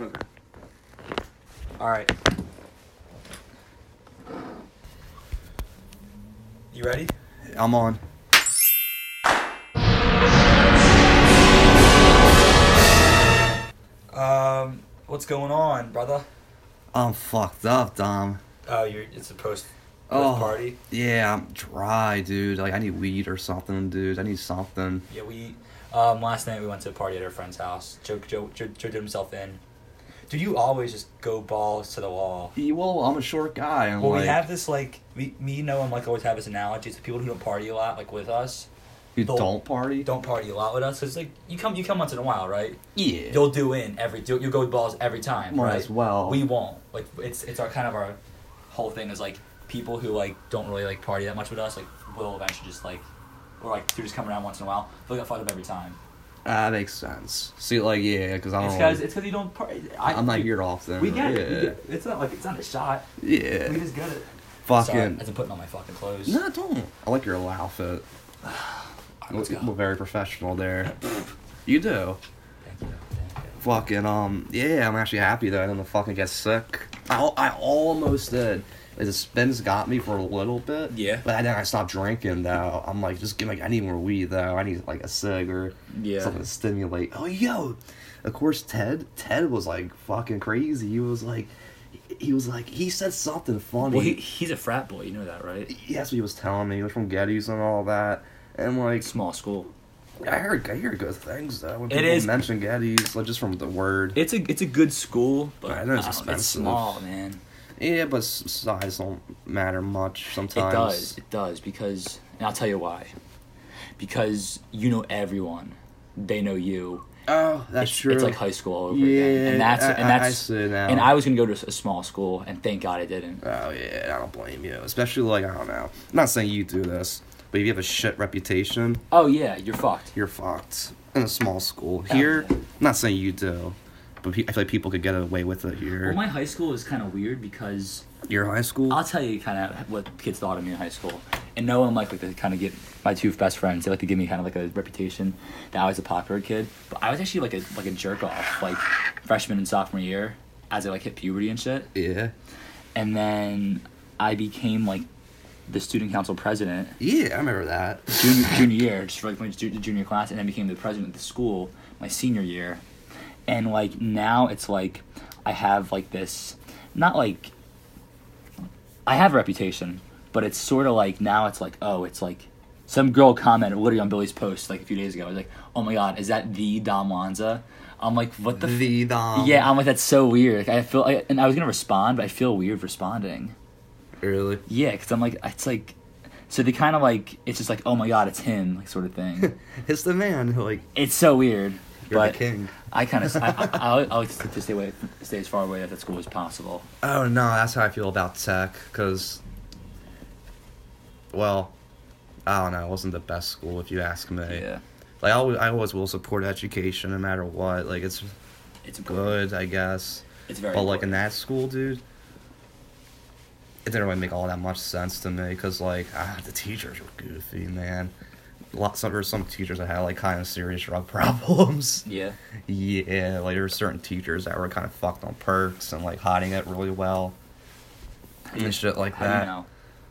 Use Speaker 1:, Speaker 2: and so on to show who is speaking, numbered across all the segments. Speaker 1: Okay.
Speaker 2: All right. You ready?
Speaker 3: I'm on.
Speaker 2: Um, what's going on, brother?
Speaker 3: I'm fucked up, Dom.
Speaker 2: Oh, you're. It's a post. post
Speaker 3: Oh,
Speaker 2: party.
Speaker 3: yeah, I'm dry, dude. Like I need weed or something, dude. I need something.
Speaker 2: Yeah, we. Um, last night we went to a party at our friend's house. Joe Joe Joe, Joe did himself in. Do you always just go balls to the wall?
Speaker 3: Yeah, Well, I'm a short guy. and
Speaker 2: Well,
Speaker 3: like,
Speaker 2: we have this like we me Noah and Mike always have this analogy to people who don't party a lot like with us.
Speaker 3: you
Speaker 2: the-
Speaker 3: don't party.
Speaker 2: You don't party a lot with us. It's like you come you come once in a while, right?
Speaker 3: Yeah.
Speaker 2: You'll do in every you'll, you'll go with balls every time.
Speaker 3: Might
Speaker 2: right?
Speaker 3: as well.
Speaker 2: We won't. Like it's it's our kind of our whole thing is like people who like don't really like party that much with us like will eventually just like or like they're just coming around once in a while. They'll get fucked up every time.
Speaker 3: Ah, that makes sense. See, like, yeah, because I
Speaker 2: It's
Speaker 3: don't.
Speaker 2: because it's because you don't party. I,
Speaker 3: Oh. I'm not
Speaker 2: dude,
Speaker 3: here often.
Speaker 2: We get
Speaker 3: yeah.
Speaker 2: it. We get, it's not like it's not a shot.
Speaker 3: Yeah.
Speaker 2: We just get it. Sorry,
Speaker 3: Fucking.
Speaker 2: I've been putting on my fucking clothes.
Speaker 3: No, don't. I like your little outfit.
Speaker 2: Alright,
Speaker 3: You
Speaker 2: let's
Speaker 3: look
Speaker 2: go.
Speaker 3: very professional there. you do.
Speaker 2: Thank you. Thank you.
Speaker 3: Fucking um, yeah, I'm actually happy that I didn't fucking get sick. I, al- I almost did. Like, The spins got me for a little bit.
Speaker 2: Yeah.
Speaker 3: But then I stopped drinking though. I'm like, just give me. I need more weed though. I need like a cig or
Speaker 2: Yeah.
Speaker 3: something to stimulate. Oh yo, of course Ted. Ted was like fucking crazy. He was like, he was like, he said something funny.
Speaker 2: Well, he, he's a frat boy. You know that, right?
Speaker 3: That's what he was telling me. He was from Gettys and all that. And like,
Speaker 2: Small school.
Speaker 3: I heard I hear good things though. When
Speaker 2: It
Speaker 3: people
Speaker 2: is-
Speaker 3: mention Gettys, like just from the word.
Speaker 2: It's a it's a good school, but
Speaker 3: I know it's
Speaker 2: I don't know,
Speaker 3: expensive.
Speaker 2: small, man.
Speaker 3: Yeah, but s- size don't matter much sometimes.
Speaker 2: It does. It does because, and I'll tell you why. Because you know everyone, they know you.
Speaker 3: Oh, that's
Speaker 2: it's,
Speaker 3: true.
Speaker 2: It's like high school all over again,
Speaker 3: Yeah,
Speaker 2: and that's
Speaker 3: I-
Speaker 2: and
Speaker 3: I- I
Speaker 2: that's
Speaker 3: see now.
Speaker 2: and I was gonna go to a small school, and thank God I didn't.
Speaker 3: Oh yeah, I don't blame you. Especially like I don't know. I'm not saying you do this, but if you have a shit reputation,
Speaker 2: Oh yeah, you're fucked.
Speaker 3: you're fucked in a small school. Here,
Speaker 2: yeah.
Speaker 3: I'm not saying you do, but pe- I feel like people could get away with it here.
Speaker 2: Well, Oh my high school is kind of weird because
Speaker 3: Your high school.
Speaker 2: I'll tell you kind of what kids thought of me in high school. And Noah and Mike like to kind of get my two best friends. They like to give me kind of like a reputation that I was a popular kid, but I was actually like a like a jerk off like freshman and sophomore year as I like hit puberty and shit.
Speaker 3: yeah.
Speaker 2: And then I became like the student council president
Speaker 3: Yeah, I remember that.
Speaker 2: junior, junior year, just for like my ju- junior class, and then became the president of the school my senior year. And like now it's like I have like this, not like I have a reputation, but it's sort of like now it's like, oh, it's like some girl commented literally on Billy's post like a few days ago. I was like, oh my god, is that the Dom Lanza? I'm like, what the?
Speaker 3: The dom.
Speaker 2: yeah, I'm like, that's so weird. Like, I feel, I, and I was gonna respond, but I feel weird responding.
Speaker 3: Really.
Speaker 2: Yeah, because I'm like, it's like, so they kind of like, it's just like, oh my god, it's him, like sort of thing.
Speaker 3: It's the man who like
Speaker 2: it's so weird.
Speaker 3: you're
Speaker 2: but
Speaker 3: the king.
Speaker 2: I kind of, I, I, I, I like to stay away, stay as far away at that school as possible.
Speaker 3: Oh no, that's how I feel about tech. Cause, well, I don't know. It wasn't the best school, if you ask me.
Speaker 2: Yeah,
Speaker 3: Like I always, I always will support education, no matter what. Like it's
Speaker 2: it's important.
Speaker 3: good, I guess.
Speaker 2: It's very.
Speaker 3: but like in
Speaker 2: important.
Speaker 3: that school, dude, it didn't really make all that much sense to me. Cause like ah, the teachers were goofy, man. Lots of there were some teachers that had like kind of serious drug problems.
Speaker 2: Yeah,
Speaker 3: Yeah, like there were certain teachers that were kind of fucked on perks and like hiding it really well
Speaker 2: How do you-
Speaker 3: and shit like
Speaker 2: how
Speaker 3: that.
Speaker 2: do you know?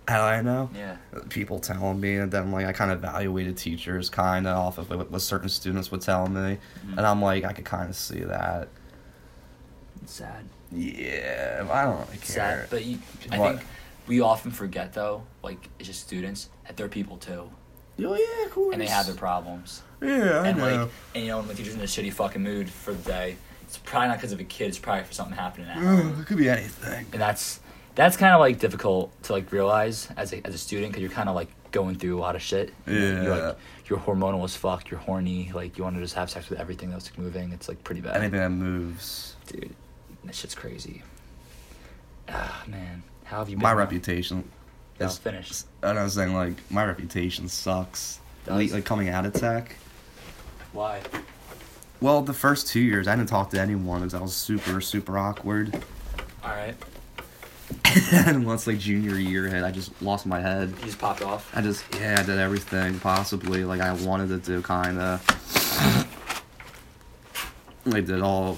Speaker 3: How I know?
Speaker 2: Yeah,
Speaker 3: People telling me, and then like I kind of evaluated teachers kind of off of what, what certain students would tell me,
Speaker 2: Mm-hmm.
Speaker 3: and I'm like I could kind of see that.
Speaker 2: it's sad.
Speaker 3: Yeah, I don't really
Speaker 2: It's
Speaker 3: care.
Speaker 2: sad. But you, I
Speaker 3: What?
Speaker 2: think we often forget though, like it's just students that they're people too,
Speaker 3: oh yeah, of course.
Speaker 2: and they have their problems.
Speaker 3: yeah, I
Speaker 2: and
Speaker 3: know.
Speaker 2: like, and you know, when the teacher's in a shitty fucking mood for the day, it's probably not because of a kid. It's probably for something happening at home.
Speaker 3: Ugh, it could be anything.
Speaker 2: and that's that's kind of like difficult to like realize as a, as a student because you're kind of like going through a lot of shit. You know, You're,
Speaker 3: Yeah.
Speaker 2: like, you're hormonal as fuck. You're horny. Like you want to just have sex with everything that's like, moving. It's like pretty bad.
Speaker 3: Anything that moves.
Speaker 2: Dude, this shit's crazy. Ah man, how have you been?
Speaker 3: My reputation.
Speaker 2: No,
Speaker 3: is-
Speaker 2: finish.
Speaker 3: And I was saying like my reputation sucks.
Speaker 2: Does.
Speaker 3: Like, like coming out of tech.
Speaker 2: Why?
Speaker 3: Well, the first two years I didn't talk to anyone because I was super super awkward.
Speaker 2: All right,
Speaker 3: and once like junior year hit, I just lost my head.
Speaker 2: you just popped off.
Speaker 3: I just yeah, I did everything possibly like I wanted to do, kind of. I did all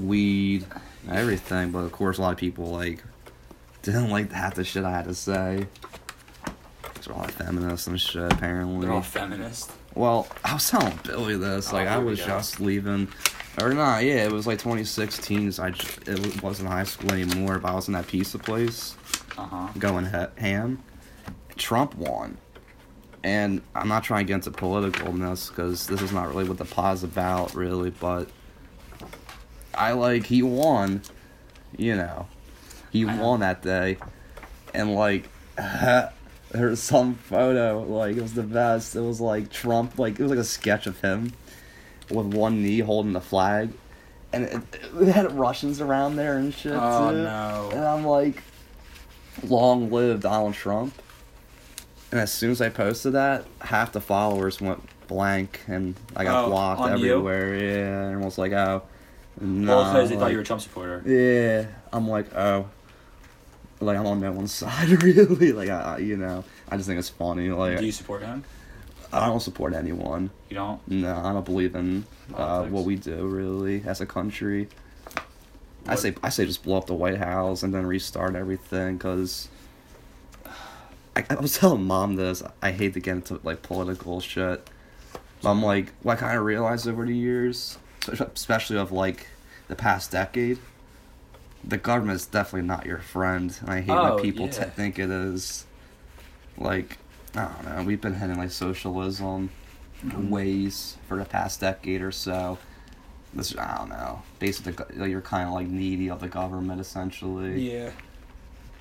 Speaker 3: weed, everything. But of course, a lot of people like didn't like half the shit I had to say. They're all feminists and shit, apparently.
Speaker 2: They're all feminist.
Speaker 3: Well, I was telling Billy this.
Speaker 2: Oh,
Speaker 3: Like, I
Speaker 2: here we
Speaker 3: was
Speaker 2: go.
Speaker 3: just leaving, or not? Yeah, it was like 2016. So I just, it wasn't high school anymore, but I was in that pizza place
Speaker 2: Uh huh.
Speaker 3: going ha- ham. Trump won, and I'm not trying to get into politicalness because this is not really what the pod's about, really. But I like he won, you know, he
Speaker 2: I know.
Speaker 3: won that day, and like. There's some photo, like it was the best. It was like Trump, like it was like a sketch of him with one knee holding the flag, and it, it had Russians around there and shit.
Speaker 2: Oh,
Speaker 3: too.
Speaker 2: no.
Speaker 3: And I'm like, long live Donald Trump. And as soon as I posted that, half the followers went blank, and I got
Speaker 2: Oh,
Speaker 3: blocked
Speaker 2: on you?
Speaker 3: everywhere. Yeah, everyone was like, oh, no.
Speaker 2: Well, because they
Speaker 3: like-
Speaker 2: thought you were a Trump supporter.
Speaker 3: yeah, I'm like, oh, like I'm on no one's side really. Like, I, I- you know, I just think it's funny. Like,
Speaker 2: Do you support him?
Speaker 3: I don't support anyone.
Speaker 2: You don't?
Speaker 3: No, I don't believe in uh,
Speaker 2: Politics.
Speaker 3: what we do really as a country. I
Speaker 2: What-
Speaker 3: say, I say, just blow up the White House and then restart everything. Cause I, I was telling mom this. I hate to get into like political shit. But I'm like, what I kind of realized over the years, especially of like the past decade, the government is definitely not your friend. And I hate
Speaker 2: Oh,
Speaker 3: when people
Speaker 2: yeah.
Speaker 3: t- think it is. Like, I don't know. We've been heading like socialism ways for the past decade or so. This I don't know. Basically, the go- like, you're kind of like needy of the government essentially.
Speaker 2: Yeah.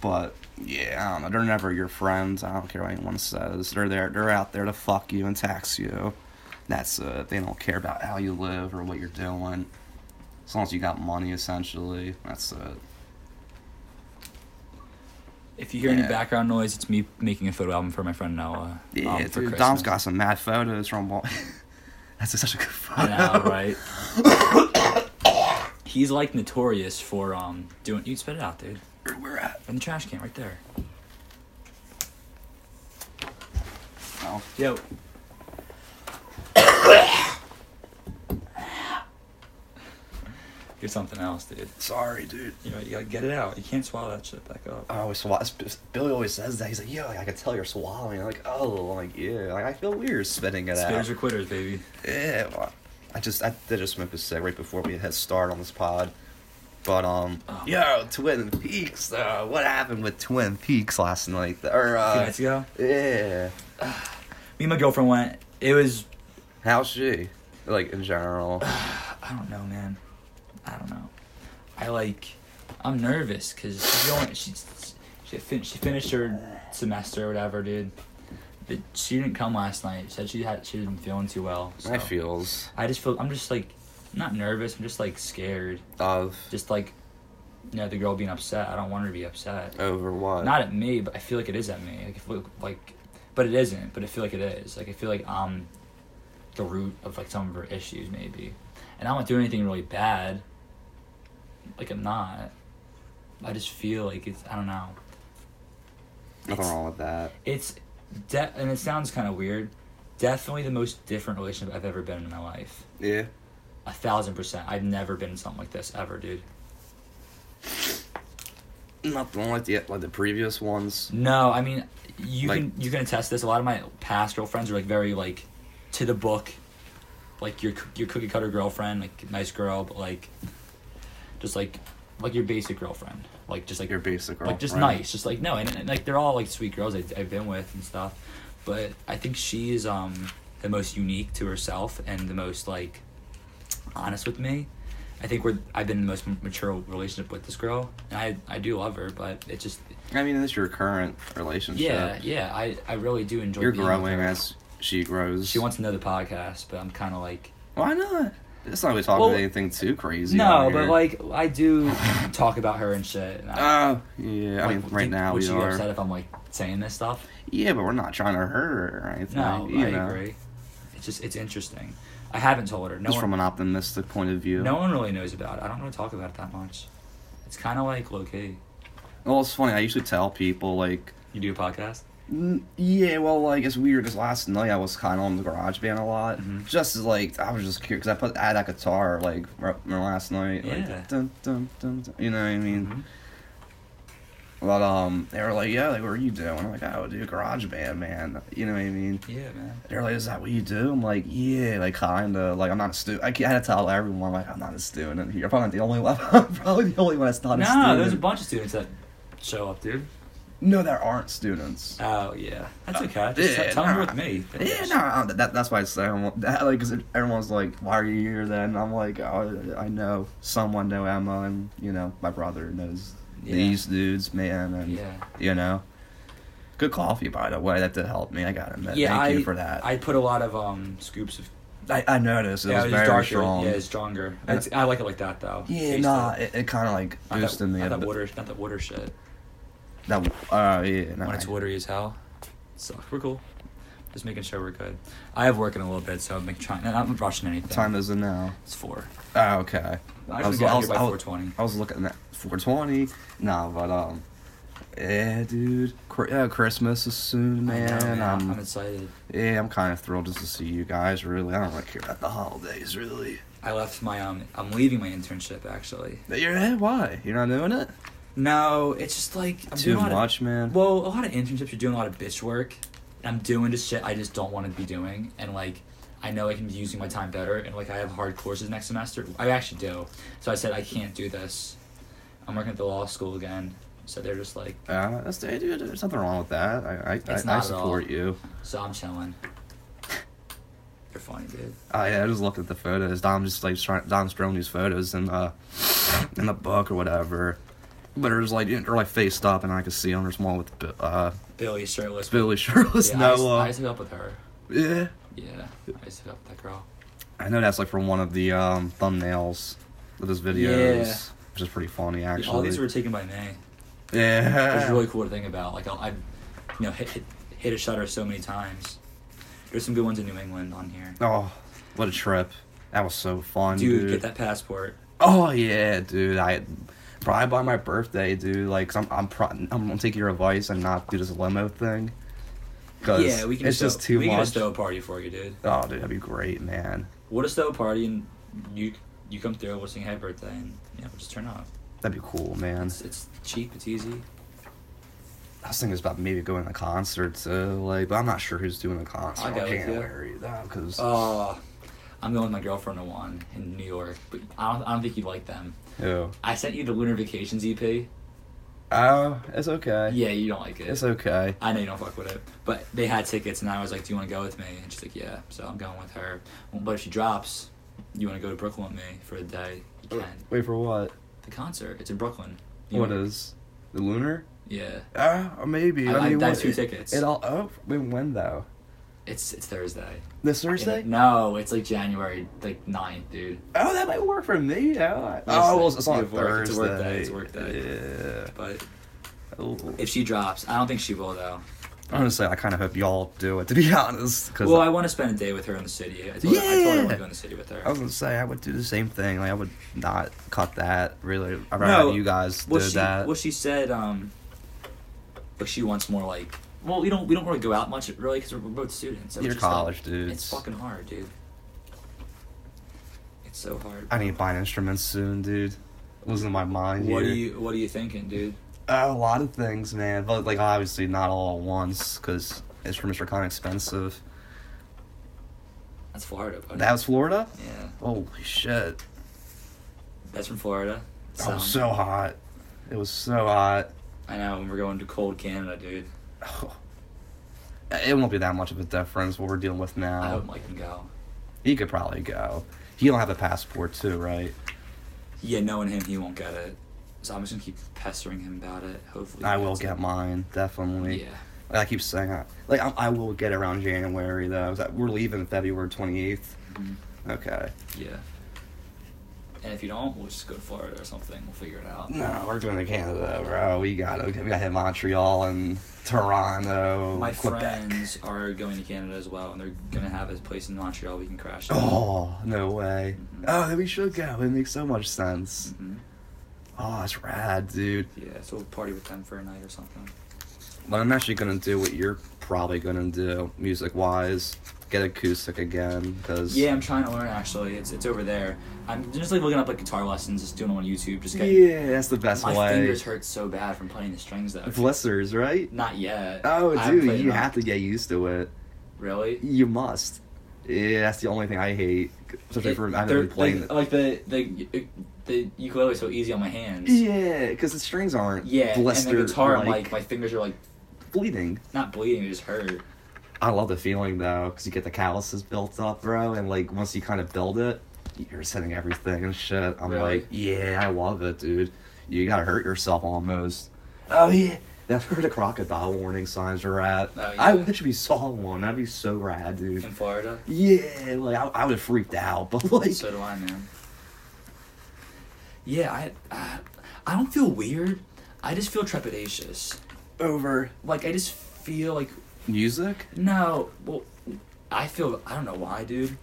Speaker 3: But yeah, I don't know. They're never your friends. I don't care what anyone says. They're there. They're out there to fuck you and tax you. That's it. They don't care about how you live or what you're doing. As long as you got money, essentially, that's it.
Speaker 2: If you hear
Speaker 3: Yeah.
Speaker 2: any background noise, it's me making a photo album for my friend Noah.
Speaker 3: Yeah,
Speaker 2: um, for
Speaker 3: dude,
Speaker 2: Christmas.
Speaker 3: Dom's got some mad photos from. Wal- that's such a good
Speaker 2: I
Speaker 3: photo.
Speaker 2: know, right? He's like notorious for um doing. You spit it out, dude.
Speaker 3: We're at.
Speaker 2: In the trash can, right there.
Speaker 3: Oh,
Speaker 2: Yo. Get something else, dude.
Speaker 3: sorry, dude.
Speaker 2: You know, you gotta get it out. You can't swallow that shit back up.
Speaker 3: I always swallow. Oh, Billy always says that. He's like, "Yo, I can tell you're swallowing." I'm like, "Oh, I'm like yeah." Like I feel weird spitting it
Speaker 2: Spitters or
Speaker 3: out.
Speaker 2: quitters, baby.
Speaker 3: Yeah. well, I just I did just smoke a cig right before we had started on this pod, but um,
Speaker 2: Oh.
Speaker 3: yo, Twin Peaks. Uh, what happened with Twin Peaks last night? Or
Speaker 2: Two
Speaker 3: uh,
Speaker 2: nights ago,
Speaker 3: yeah,
Speaker 2: me and my girlfriend went. It was
Speaker 3: how's she? Like in general.
Speaker 2: I don't know, man. I don't know. I like. I'm nervous because she's going. She's she, fin- she finished her semester or whatever, dude. But she didn't come last night. She said she had she wasn't feeling too well. So.
Speaker 3: My feels
Speaker 2: I just feel. I'm just like, not nervous. I'm just like scared.
Speaker 3: of
Speaker 2: Just like, you know, the girl being upset. I don't want her to be upset.
Speaker 3: over what?
Speaker 2: Not at me, but I feel like it is at me. Like, I feel like, but it isn't. But I feel like it is. Like I feel like I'm the root of like some of her issues, maybe. And I'm not doing anything really bad. Like I'm not. I just feel like it's. I don't know.
Speaker 3: nothing wrong with that.
Speaker 2: It's, de- and it sounds kind of weird. Definitely the most different relationship I've ever been in my life.
Speaker 3: Yeah.
Speaker 2: A thousand percent. I've never been in something like this ever, dude.
Speaker 3: Nothing like the like the previous ones.
Speaker 2: No, I mean, you
Speaker 3: Like-
Speaker 2: can you can attest to this. A lot of my past girlfriends are like very like to the book, like your coo- your cookie cutter girlfriend, like nice girl, but like just like like your basic girlfriend, like just like
Speaker 3: Your basic girl.
Speaker 2: like just
Speaker 3: right?
Speaker 2: nice, just like no, and, and like they're all like sweet girls I, I've been with and stuff, but I think she's um the most unique to herself and the most like honest with me. I think we're I've been in the most m- mature relationship with this girl, and I I do love her, but it just
Speaker 3: I mean, that's your current relationship.
Speaker 2: yeah, yeah, I, I really do enjoy.
Speaker 3: You're
Speaker 2: being With
Speaker 3: growing
Speaker 2: her.
Speaker 3: as she grows.
Speaker 2: She wants another podcast, but I'm kind of like
Speaker 3: Why not? It's not really talking
Speaker 2: Well,
Speaker 3: about anything too crazy.
Speaker 2: no,
Speaker 3: on
Speaker 2: but
Speaker 3: here.
Speaker 2: like I do talk about her and shit. And I,
Speaker 3: Oh, yeah. I mean,
Speaker 2: like,
Speaker 3: right
Speaker 2: do-
Speaker 3: now
Speaker 2: would
Speaker 3: we
Speaker 2: she get upset
Speaker 3: are.
Speaker 2: if I'm like saying this stuff?
Speaker 3: Yeah, but we're not trying to hurt her or anything.
Speaker 2: No,
Speaker 3: you
Speaker 2: I
Speaker 3: know.
Speaker 2: agree. It's just it's interesting. I haven't told her. No
Speaker 3: Just
Speaker 2: one,
Speaker 3: from an optimistic point of view.
Speaker 2: no one really knows about it. I don't really talk about it that much. It's kind of like low key.
Speaker 3: Well, it's funny. I usually tell people like,
Speaker 2: You do a podcast?
Speaker 3: N- Yeah, well, like it's weird because last night I was kind of on the garage band a lot,
Speaker 2: Mm-hmm.
Speaker 3: just as like I was just curious because I put add that guitar like r- r- last night,
Speaker 2: Yeah.
Speaker 3: like dun, dun, dun, dun, you know what I mean.
Speaker 2: Mhm.
Speaker 3: But um, they were like, "Yeah, like what are you doing?" I'm like, "Oh, dude, garage band, man." You know what I mean?
Speaker 2: Yeah, man.
Speaker 3: They're like, "Is that what you do?" I'm like, "Yeah, like kinda." Like I'm not a student. I can't- I had to tell everyone like I'm not a student here. I'm probably not the only one. I'm probably the only one that's not a
Speaker 2: No,
Speaker 3: student.
Speaker 2: there's a bunch of students that show up, dude.
Speaker 3: No, there aren't students.
Speaker 2: Oh yeah, that's
Speaker 3: Uh,
Speaker 2: okay. Just
Speaker 3: yeah,
Speaker 2: t- tell them you're
Speaker 3: nah.
Speaker 2: with me.
Speaker 3: Yeah, no, I- that, that's why I say I'm, that, like, 'cause everyone's like, "Why are you here?" Then I'm like, oh, "I know someone know Emma, and you know my brother knows
Speaker 2: Yeah.
Speaker 3: these dudes, man, and
Speaker 2: Yeah.
Speaker 3: you know." Good coffee, by the way. That did help me. I gotta admit.
Speaker 2: Yeah,
Speaker 3: Thank
Speaker 2: I,
Speaker 3: you for that. I,
Speaker 2: I put a lot of um scoops of.
Speaker 3: I, noticed it
Speaker 2: yeah,
Speaker 3: was
Speaker 2: it's
Speaker 3: very
Speaker 2: darker.
Speaker 3: strong.
Speaker 2: Yeah, it's stronger. It's, I like it like that though.
Speaker 3: Yeah,
Speaker 2: Tastes
Speaker 3: nah,
Speaker 2: it.
Speaker 3: it, it kind of like
Speaker 2: Not that,
Speaker 3: boosted me.
Speaker 2: not
Speaker 3: a
Speaker 2: that
Speaker 3: bit.
Speaker 2: water, not that water shit.
Speaker 3: That, uh, yeah, nah,
Speaker 2: When it's watery as hell, sucks. We're cool. Just making sure we're good. I have work in a little bit, so I'm making- trying. I'm not rushing anything.
Speaker 3: What time is it now?
Speaker 2: It's four.
Speaker 3: Oh, okay.
Speaker 2: I should get out here by 4:20.
Speaker 3: I was looking at 420. Nah, but um, yeah, dude. Cr- yeah, Christmas is soon,
Speaker 2: I know,
Speaker 3: man. um,
Speaker 2: I'm, I'm
Speaker 3: I'm,
Speaker 2: excited.
Speaker 3: yeah, I'm kind of thrilled just to see you guys. Really, I don't really care about the holidays, really.
Speaker 2: I left my um. I'm leaving my internship actually.
Speaker 3: But you're eh, why? You're not doing it?
Speaker 2: No, it's just like I'm
Speaker 3: Too
Speaker 2: doing a lot of-
Speaker 3: much, man.
Speaker 2: Well, a lot of internships, you're doing a lot of bitch work. I'm doing just shit I just don't want to be doing, and like, I know I can be using my time better, and like, I have hard courses next semester. I actually do. So I said I can't do this. I'm working at the law school again, so they're just like,
Speaker 3: Uh, that's, eh, dude, there's nothing wrong with that. I, I,
Speaker 2: It's
Speaker 3: I, I
Speaker 2: not at all.
Speaker 3: support you.
Speaker 2: so I'm chilling. They're funny, dude.
Speaker 3: Oh yeah, I just looked at the photos. Dom just like trying, Dom's throwing these photos in uh in the book or whatever. But it was like they're like faced up, and I could see them. They're small with Bi- uh
Speaker 2: Billy shirtless.
Speaker 3: Billy shirtless.
Speaker 2: yeah, I used-
Speaker 3: no,
Speaker 2: I
Speaker 3: uh,
Speaker 2: used to hook up with her.
Speaker 3: yeah.
Speaker 2: Yeah, I used to hook up with that girl.
Speaker 3: I know that's like from one of the um thumbnails of his videos,
Speaker 2: Yeah.
Speaker 3: which is pretty funny
Speaker 2: Yeah,
Speaker 3: actually.
Speaker 2: All these were taken by me.
Speaker 3: yeah,
Speaker 2: It's really cool to think about. Like I, have you know, hit, hit hit a shutter so many times. There's some good ones in New England on here.
Speaker 3: Oh, what a trip! That was so fun,
Speaker 2: Dude,
Speaker 3: dude.
Speaker 2: get that passport.
Speaker 3: Oh yeah, dude. I probably by my birthday, dude. Like, 'cause I'm I'm pro- I'm gonna take your advice and not do this limo thing. Cause
Speaker 2: Yeah, we can.
Speaker 3: It's
Speaker 2: stow-
Speaker 3: just too
Speaker 2: we can
Speaker 3: much.
Speaker 2: stow a party for you, dude.
Speaker 3: oh, dude, that'd be great, man.
Speaker 2: We'll just stow a party and you you come through. We'll sing happy birthday and yeah, we'll just turn up.
Speaker 3: That'd be cool, man.
Speaker 2: It's, it's cheap. It's easy.
Speaker 3: I was thinking about maybe going to a concert too, like, but I'm not sure who's doing a concert.
Speaker 2: I'll go
Speaker 3: I
Speaker 2: with
Speaker 3: can't
Speaker 2: you.
Speaker 3: worry though, cause
Speaker 2: Uh, I'm going with my girlfriend to one in New York, but I don't I don't think you'd like them.
Speaker 3: Ew.
Speaker 2: I sent you the Lunar Vacations EP.
Speaker 3: oh, it's okay.
Speaker 2: Yeah, you don't like it.
Speaker 3: it's okay.
Speaker 2: I know you don't fuck with it, but they had tickets, and I was like, "Do you want to go with me?" And she's like, "Yeah." So I'm going with her. But if she drops, you want to go to Brooklyn with me for a day? You can.
Speaker 3: Wait for what?
Speaker 2: The concert. It's in Brooklyn. You
Speaker 3: Oh. What
Speaker 2: wanna-
Speaker 3: is the lunar?
Speaker 2: Yeah.
Speaker 3: Ah, maybe.
Speaker 2: I- I-
Speaker 3: mean,
Speaker 2: that's
Speaker 3: what-
Speaker 2: two tickets.
Speaker 3: It all. Oh, when, when though?
Speaker 2: It's it's Thursday.
Speaker 3: This
Speaker 2: In-
Speaker 3: Thursday?
Speaker 2: no, it's like January like 9th, dude.
Speaker 3: Oh, that might work for me. Yeah.
Speaker 2: Thursday.
Speaker 3: Oh, well, it's on
Speaker 2: You have work. It's a work day.
Speaker 3: Thursday.
Speaker 2: It's a work
Speaker 3: Yeah.
Speaker 2: But
Speaker 3: Ooh.
Speaker 2: if she drops, I don't think she will though.
Speaker 3: Honestly, I kind of hope y'all do it. To be honest, because
Speaker 2: Well, I want to spend a day with her in the city. I told her, I told her I want to
Speaker 3: Yeah.
Speaker 2: go in the city with
Speaker 3: I
Speaker 2: her.
Speaker 3: was gonna say I would do the same thing. Like I would not cut that. Really, I'd rather
Speaker 2: No.
Speaker 3: have you guys
Speaker 2: Well,
Speaker 3: do
Speaker 2: she
Speaker 3: that.
Speaker 2: well she said um, but she wants more like. Well, we don't we don't really go out much really because we're we're both students. So it's
Speaker 3: You're
Speaker 2: just, like,
Speaker 3: college dudes.
Speaker 2: It's fucking hard, dude. It's so hard.
Speaker 3: I need to buy an instrument soon, dude. I'm Losing my mind.
Speaker 2: What
Speaker 3: here.
Speaker 2: are you What are you thinking, dude?
Speaker 3: Uh, a lot of things, man. But like obviously not all at once because instruments are kind of expensive.
Speaker 2: That's Florida. Buddy.
Speaker 3: That was Florida.
Speaker 2: yeah,
Speaker 3: Holy shit!
Speaker 2: that's from Florida.
Speaker 3: That
Speaker 2: So-
Speaker 3: was so hot. It was so hot.
Speaker 2: I know when we're going to cold Canada, dude.
Speaker 3: It won't be that much of a difference what we're dealing with
Speaker 2: I
Speaker 3: now.
Speaker 2: wouldn't like him go.
Speaker 3: He could probably go. He don't have a passport too, right?
Speaker 2: Yeah, knowing him, he won't get it. So I'm just gonna keep pestering him about it. Hopefully, he
Speaker 3: I will
Speaker 2: gets
Speaker 3: get mine
Speaker 2: it.
Speaker 3: definitely.
Speaker 2: Yeah,
Speaker 3: Like I keep saying, I, like I, I will get around January though. 'cause We're leaving February twenty eighth.
Speaker 2: Mhm.
Speaker 3: Okay.
Speaker 2: yeah. And if you don't, we'll just go to Florida or something. We'll figure it out.
Speaker 3: No, we're going to Canada, bro. We gotta we gotta hit Montreal and Toronto,
Speaker 2: My
Speaker 3: Mm, Quebec.
Speaker 2: friends are going to Canada as well, and they're gonna have a place in Montreal we can crash. at.
Speaker 3: Oh no way!
Speaker 2: Mhm.
Speaker 3: Oh, then we should go. It makes so much sense.
Speaker 2: Mhm.
Speaker 3: Oh, it's rad, dude.
Speaker 2: Yeah, so we'll party with them for a night or something.
Speaker 3: What I'm actually gonna do, what you're probably gonna do, music wise, get acoustic again, cause
Speaker 2: Yeah, I'm trying to learn actually. It's it's over there. I'm just like looking up like guitar lessons, just doing it on YouTube. Just getting,
Speaker 3: yeah, that's the best
Speaker 2: my
Speaker 3: way.
Speaker 2: fingers hurt so bad from playing the strings though.
Speaker 3: Blisters, right?
Speaker 2: Not yet.
Speaker 3: Oh,
Speaker 2: I haven't
Speaker 3: dude,
Speaker 2: played
Speaker 3: you
Speaker 2: enough.
Speaker 3: have to get used to it.
Speaker 2: really.
Speaker 3: You must. Yeah, that's the only thing I hate, especially
Speaker 2: It-
Speaker 3: for I've
Speaker 2: they're-
Speaker 3: been playing.
Speaker 2: like,
Speaker 3: the-
Speaker 2: like the the the ukulele is so easy on my hands.
Speaker 3: yeah, because the strings aren't.
Speaker 2: Yeah,
Speaker 3: blister,
Speaker 2: and the guitar,
Speaker 3: like,
Speaker 2: I'm like my fingers are like
Speaker 3: bleeding.
Speaker 2: not bleeding, they just hurt.
Speaker 3: I love the feeling though, because you get the calluses built up, bro, and like once you kind of build it, you're setting everything and shit. I'm
Speaker 2: Really?
Speaker 3: like, yeah, I love it, dude. You gotta hurt yourself almost. Oh yeah, that's where the crocodile warning signs are at.
Speaker 2: Oh, yeah.
Speaker 3: I wish we saw one. That'd be so rad,
Speaker 2: In
Speaker 3: dude.
Speaker 2: Florida,
Speaker 3: Yeah, like I, I would have freaked out, but like,
Speaker 2: so do I, man. Yeah, I uh, I don't feel weird. I just feel trepidatious.
Speaker 3: over
Speaker 2: Like I just feel like
Speaker 3: music.
Speaker 2: no. Well, I feel I don't know why, dude.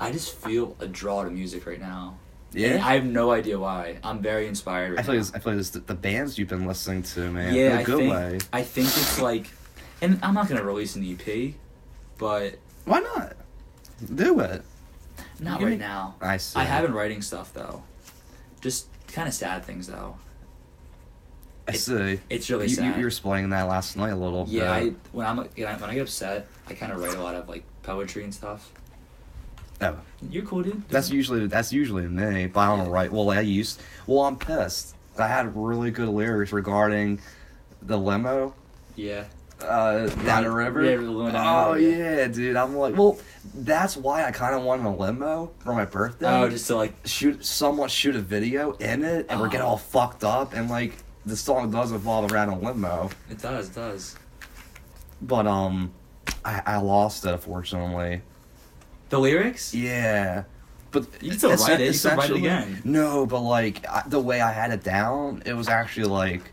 Speaker 2: I just feel a draw to music right now. And I have no idea why. I'm very inspired. Right
Speaker 3: I feel
Speaker 2: now.
Speaker 3: like it's, I feel like it's the, the bands you've been listening to, man. in
Speaker 2: yeah,
Speaker 3: a
Speaker 2: I
Speaker 3: good
Speaker 2: think
Speaker 3: way.
Speaker 2: I think it's like, and I'm not gonna release an EP, but
Speaker 3: Why not? Do it.
Speaker 2: not
Speaker 3: You
Speaker 2: right
Speaker 3: make-
Speaker 2: now.
Speaker 3: I see.
Speaker 2: I have been writing stuff though, just kind of sad things though.
Speaker 3: I see.
Speaker 2: It's really
Speaker 3: you, you,
Speaker 2: sad.
Speaker 3: you were explaining that last night a little
Speaker 2: yeah, I,
Speaker 3: bit.
Speaker 2: when I'm you know, when I get upset, I kind of write a lot of like poetry and stuff.
Speaker 3: Yeah, oh,
Speaker 2: You're cool, dude.
Speaker 3: that's usually that's usually me, but I don't write. Well, I used. Well, I'm pissed. I had really good lyrics regarding the limo
Speaker 2: yeah.
Speaker 3: uh, down the
Speaker 2: Right.
Speaker 3: river.
Speaker 2: Yeah, the limo down the
Speaker 3: oh
Speaker 2: river,
Speaker 3: yeah. dude. I'm like, well, that's why I kind of wanted a limo for my birthday.
Speaker 2: Oh, just to like
Speaker 3: shoot someone shoot a video in it and we're getting
Speaker 2: Oh.
Speaker 3: all fucked up and like the song does evolve around a limo
Speaker 2: it does, it does.
Speaker 3: but um i, I lost it unfortunately
Speaker 2: The lyrics.
Speaker 3: yeah but
Speaker 2: You can still
Speaker 3: essen-
Speaker 2: write it, you can still write it
Speaker 3: essentially-
Speaker 2: again.
Speaker 3: no but like I, the way i had it down it was actually like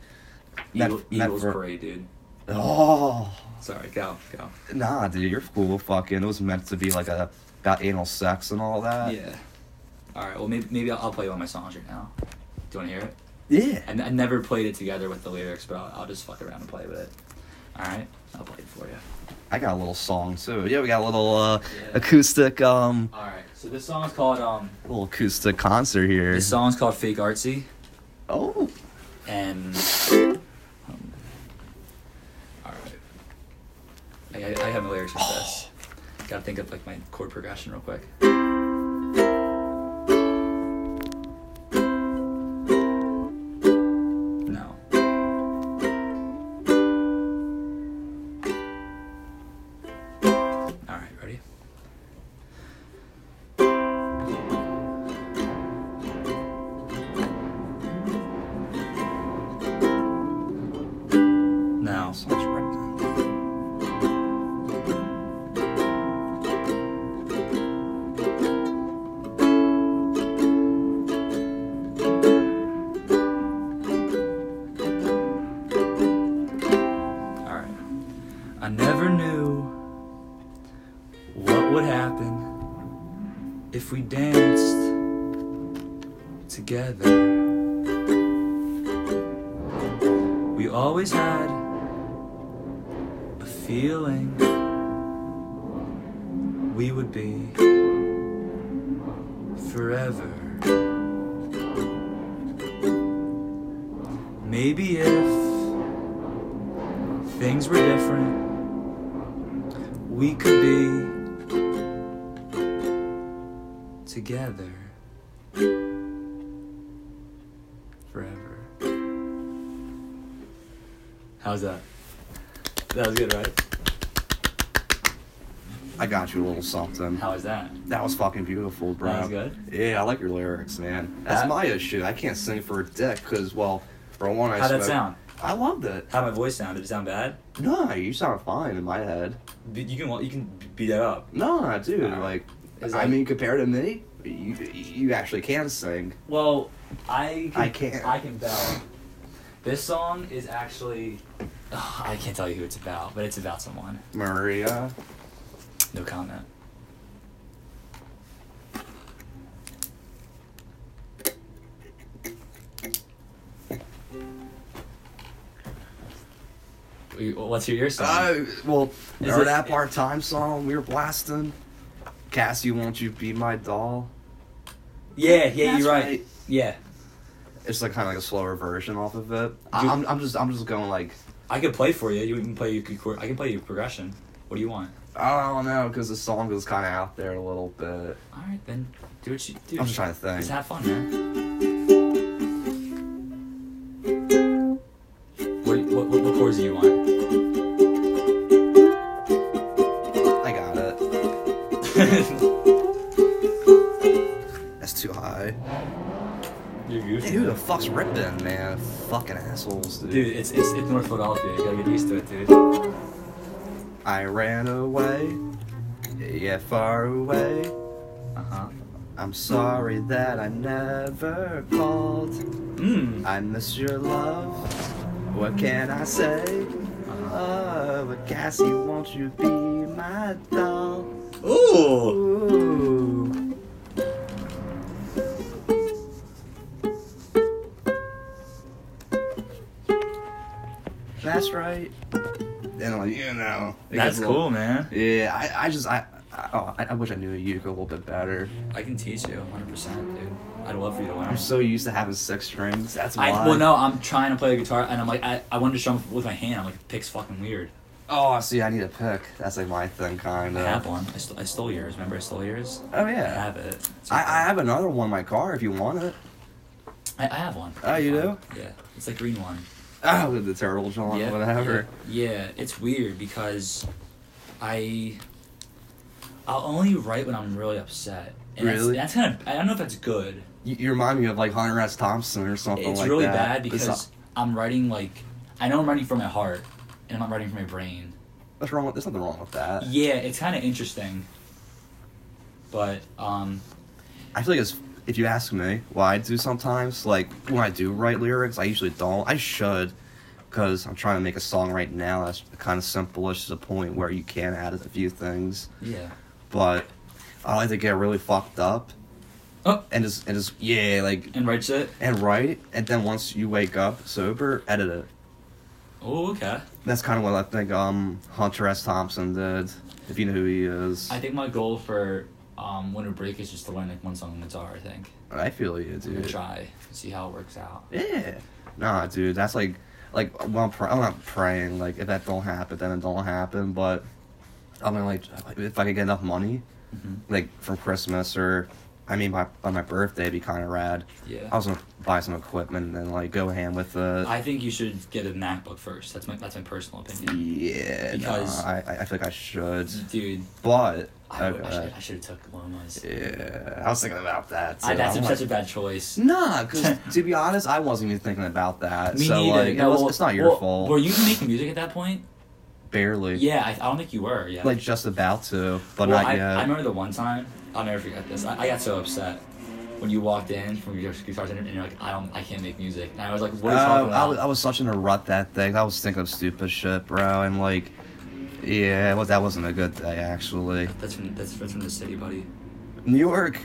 Speaker 3: that-
Speaker 2: Eagle,
Speaker 3: that
Speaker 2: Eagles
Speaker 3: ver-
Speaker 2: Parade, dude.
Speaker 3: oh
Speaker 2: Sorry, go go.
Speaker 3: nah dude you're cool fucking it was meant to be like a about anal sex and all that
Speaker 2: yeah. All right. Well, maybe maybe I'll, I'll play one of my songs right now. Do you want to hear it?
Speaker 3: yeah
Speaker 2: I, I never played it together with the lyrics, but I'll, I'll just fuck around and play with it. All right, I'll play it for you.
Speaker 3: i got a little song too yeah we got a little uh
Speaker 2: Yeah.
Speaker 3: acoustic um
Speaker 2: All right. So this song's called um.
Speaker 3: little acoustic concert here
Speaker 2: This song's called Fake Artsy,
Speaker 3: oh
Speaker 2: and um, all right. I, I, I have my lyrics for this. Gotta think of like my chord progression real quick. No. All right, ready? No. Alright. I never knew what would happen if we danced together. We always had a feeling we would be forever. Maybe if things were different, we could be together forever. How's that? That was good, right?
Speaker 3: I got you a little something.
Speaker 2: How was that?
Speaker 3: That was fucking beautiful, bro.
Speaker 2: That was good?
Speaker 3: Yeah, I like your lyrics, man. That's
Speaker 2: That-
Speaker 3: my issue. I can't sing for a dick because, well, for one, I
Speaker 2: How'd that
Speaker 3: spoke-
Speaker 2: sound?
Speaker 3: I loved it.
Speaker 2: How my voice sound? Did it sound bad?
Speaker 3: No, you sound fine in my head.
Speaker 2: B- You can you can beat that up.
Speaker 3: No, dude,
Speaker 2: Alright.
Speaker 3: like,
Speaker 2: Is
Speaker 3: I
Speaker 2: that-
Speaker 3: mean, compared to me, you, you actually can sing.
Speaker 2: Well, I can,
Speaker 3: I can't.
Speaker 2: I can tell. This song is actually. Ugh, I can't tell you who it's about, but it's about someone.
Speaker 3: Maria,
Speaker 2: No comment. What's your your song?
Speaker 3: Uh, well,
Speaker 2: Is
Speaker 3: remember
Speaker 2: it-
Speaker 3: that part time song we were blasting? Cassie, won't you be my doll?
Speaker 2: yeah, yeah,
Speaker 3: That's
Speaker 2: you're right. Yeah,
Speaker 3: It's like kind of like a slower version off of it. I,
Speaker 2: You-
Speaker 3: I'm, I'm just I'm just going like
Speaker 2: I could play for you. You can play. You could. chor- I can play your progression. What do you want?
Speaker 3: I don't know because the song was kind of out there a little bit.
Speaker 2: All right, then do what you do.
Speaker 3: I'm just trying to think.
Speaker 2: Just have fun, man. What what what, what chords do you want?
Speaker 3: I got it. That's too high.
Speaker 2: You're
Speaker 3: Hey,
Speaker 2: goofy.
Speaker 3: who the fuck's ripping, man? Fucking assholes, dude.
Speaker 2: Dude, it's, it's it's North Philadelphia. You gotta get used to it, dude.
Speaker 3: I ran away. Yeah, far away.
Speaker 2: Uh
Speaker 3: Uh-huh.
Speaker 2: huh.
Speaker 3: I'm sorry that I never called.
Speaker 2: Mmm.
Speaker 3: I miss your love. What can I say? Oh, but Cassie, won't you be my doll?
Speaker 2: Ooh.
Speaker 3: Ooh. That's right. And like you know, it
Speaker 2: That's
Speaker 3: gets a little-
Speaker 2: cool, man.
Speaker 3: Yeah, I, I just I, I, oh, I I wish I knew you a little bit better.
Speaker 2: I can teach you 100%, dude. I'd love for you to learn.
Speaker 3: I'm so used to having six strings. That's why.
Speaker 2: I, well, no, I'm trying to play the guitar, and I'm like, I, I wanted to strum with my hand. I'm like, the pick's fucking weird.
Speaker 3: Oh, see, I need a pick. That's like my thing, kind
Speaker 2: I have
Speaker 3: of.
Speaker 2: one. I, st- I stole yours. Remember, I stole yours.
Speaker 3: Oh
Speaker 2: I
Speaker 3: yeah.
Speaker 2: have it. It's
Speaker 3: I,
Speaker 2: okay.
Speaker 3: I have another one in my car if you want it.
Speaker 2: I, I have one.
Speaker 3: Oh, you do?
Speaker 2: Yeah, it's like green one.
Speaker 3: Oh, with the turtle John,
Speaker 2: yeah,
Speaker 3: whatever.
Speaker 2: Yeah, yeah, it's weird because I I'll only write when I'm really upset. And that's-
Speaker 3: Really?
Speaker 2: That's, kind of I don't know if that's good.
Speaker 3: You, you remind me of like Hunter S. Thompson or something
Speaker 2: it's
Speaker 3: like
Speaker 2: really
Speaker 3: that.
Speaker 2: bad because
Speaker 3: It's-
Speaker 2: I'm writing like I know I'm writing from my heart and I'm not writing from my brain.
Speaker 3: what's wrong with? There's nothing wrong with that.
Speaker 2: Yeah, it's kind of interesting. But um,
Speaker 3: I feel like it's, if you ask me, what I do sometimes, like when I do write lyrics, I usually don't. I should, because I'm trying to make a song right now that's kind of simplish to the point where you can add a few things.
Speaker 2: yeah.
Speaker 3: But I like to get really fucked up
Speaker 2: Oh,
Speaker 3: and just and just yeah, like
Speaker 2: and writes it.
Speaker 3: and write. And then once you wake up sober, edit it.
Speaker 2: Oh, okay.
Speaker 3: That's kind of what I think um Hunter S. Thompson did. If you know who he is,
Speaker 2: I think my goal for um, winter break is just to learn like one song on guitar. I think
Speaker 3: I feel you,
Speaker 2: I'm gonna
Speaker 3: dude.
Speaker 2: try see how it works out.
Speaker 3: Yeah. Nah, dude, that's like, like when I'm, pr- I'm not praying. Like if that don't happen, then it don't happen. But I mean, like if I could get enough money,
Speaker 2: Mhm.
Speaker 3: like for Christmas or, I mean, by by my birthday, it'd be kind of rad.
Speaker 2: Yeah.
Speaker 3: I was gonna buy some equipment and like go ham with it.
Speaker 2: I think you should get a MacBook first. That's my that's my personal opinion,
Speaker 3: yeah.
Speaker 2: Because-
Speaker 3: nah, I I- I feel like I should,
Speaker 2: dude.
Speaker 3: but
Speaker 2: I, would- I
Speaker 3: okay.
Speaker 2: should I should have took Lomas.
Speaker 3: yeah, I was thinking about that. Too.
Speaker 2: I, that's
Speaker 3: I'm like- Mm.
Speaker 2: such a bad choice.
Speaker 3: Nah, because to be honest, I wasn't even thinking about that. so like, it
Speaker 2: No,
Speaker 3: was,
Speaker 2: well-
Speaker 3: it's not your
Speaker 2: well,
Speaker 3: fault.
Speaker 2: Were you making music at that point?
Speaker 3: Barely.
Speaker 2: Yeah, I, I don't think you were. Yeah.
Speaker 3: Like just about to, but
Speaker 2: Well,
Speaker 3: not
Speaker 2: I,
Speaker 3: yet.
Speaker 2: I remember the one time I'll never forget this. I, I got so upset when you walked in from your guitar center and you're like, I don't, I can't make music, and I was like, What are you
Speaker 3: Uh,
Speaker 2: talking
Speaker 3: I,
Speaker 2: about?
Speaker 3: was, I was such in a rut that day. I was thinking of stupid shit, bro, and like, yeah, well, that wasn't a good day actually.
Speaker 2: that's from that's from, from the city, buddy.
Speaker 3: New York,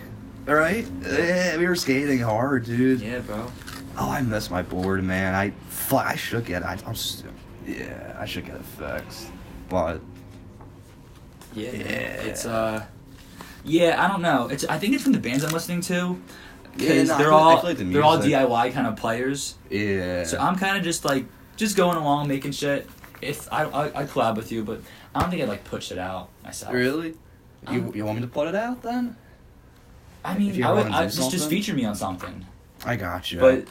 Speaker 3: all right? Yeah, we were skating hard, dude.
Speaker 2: Yeah, bro.
Speaker 3: Oh, I miss my board, man. I fuck, I should get. I, I'm, s- yeah, I should get it fixed, but
Speaker 2: Yeah.
Speaker 3: Yeah.
Speaker 2: It's uh, yeah. I don't know. It's I think it's from the bands I'm listening to.
Speaker 3: Yeah,
Speaker 2: Because
Speaker 3: no, I
Speaker 2: they're
Speaker 3: feel- I
Speaker 2: all
Speaker 3: feel like the
Speaker 2: they're all
Speaker 3: music-
Speaker 2: DIY kind of players.
Speaker 3: yeah.
Speaker 2: So I'm kind of just like just going along making shit. If I I I collab with you, but I don't think I like put shit out myself.
Speaker 3: Really? You,
Speaker 2: Um,
Speaker 3: you want me to put it out then?
Speaker 2: I
Speaker 3: If
Speaker 2: mean,
Speaker 3: you
Speaker 2: I would
Speaker 3: wanna
Speaker 2: I,
Speaker 3: do
Speaker 2: just just
Speaker 3: something?
Speaker 2: feature me on something.
Speaker 3: I got you.
Speaker 2: But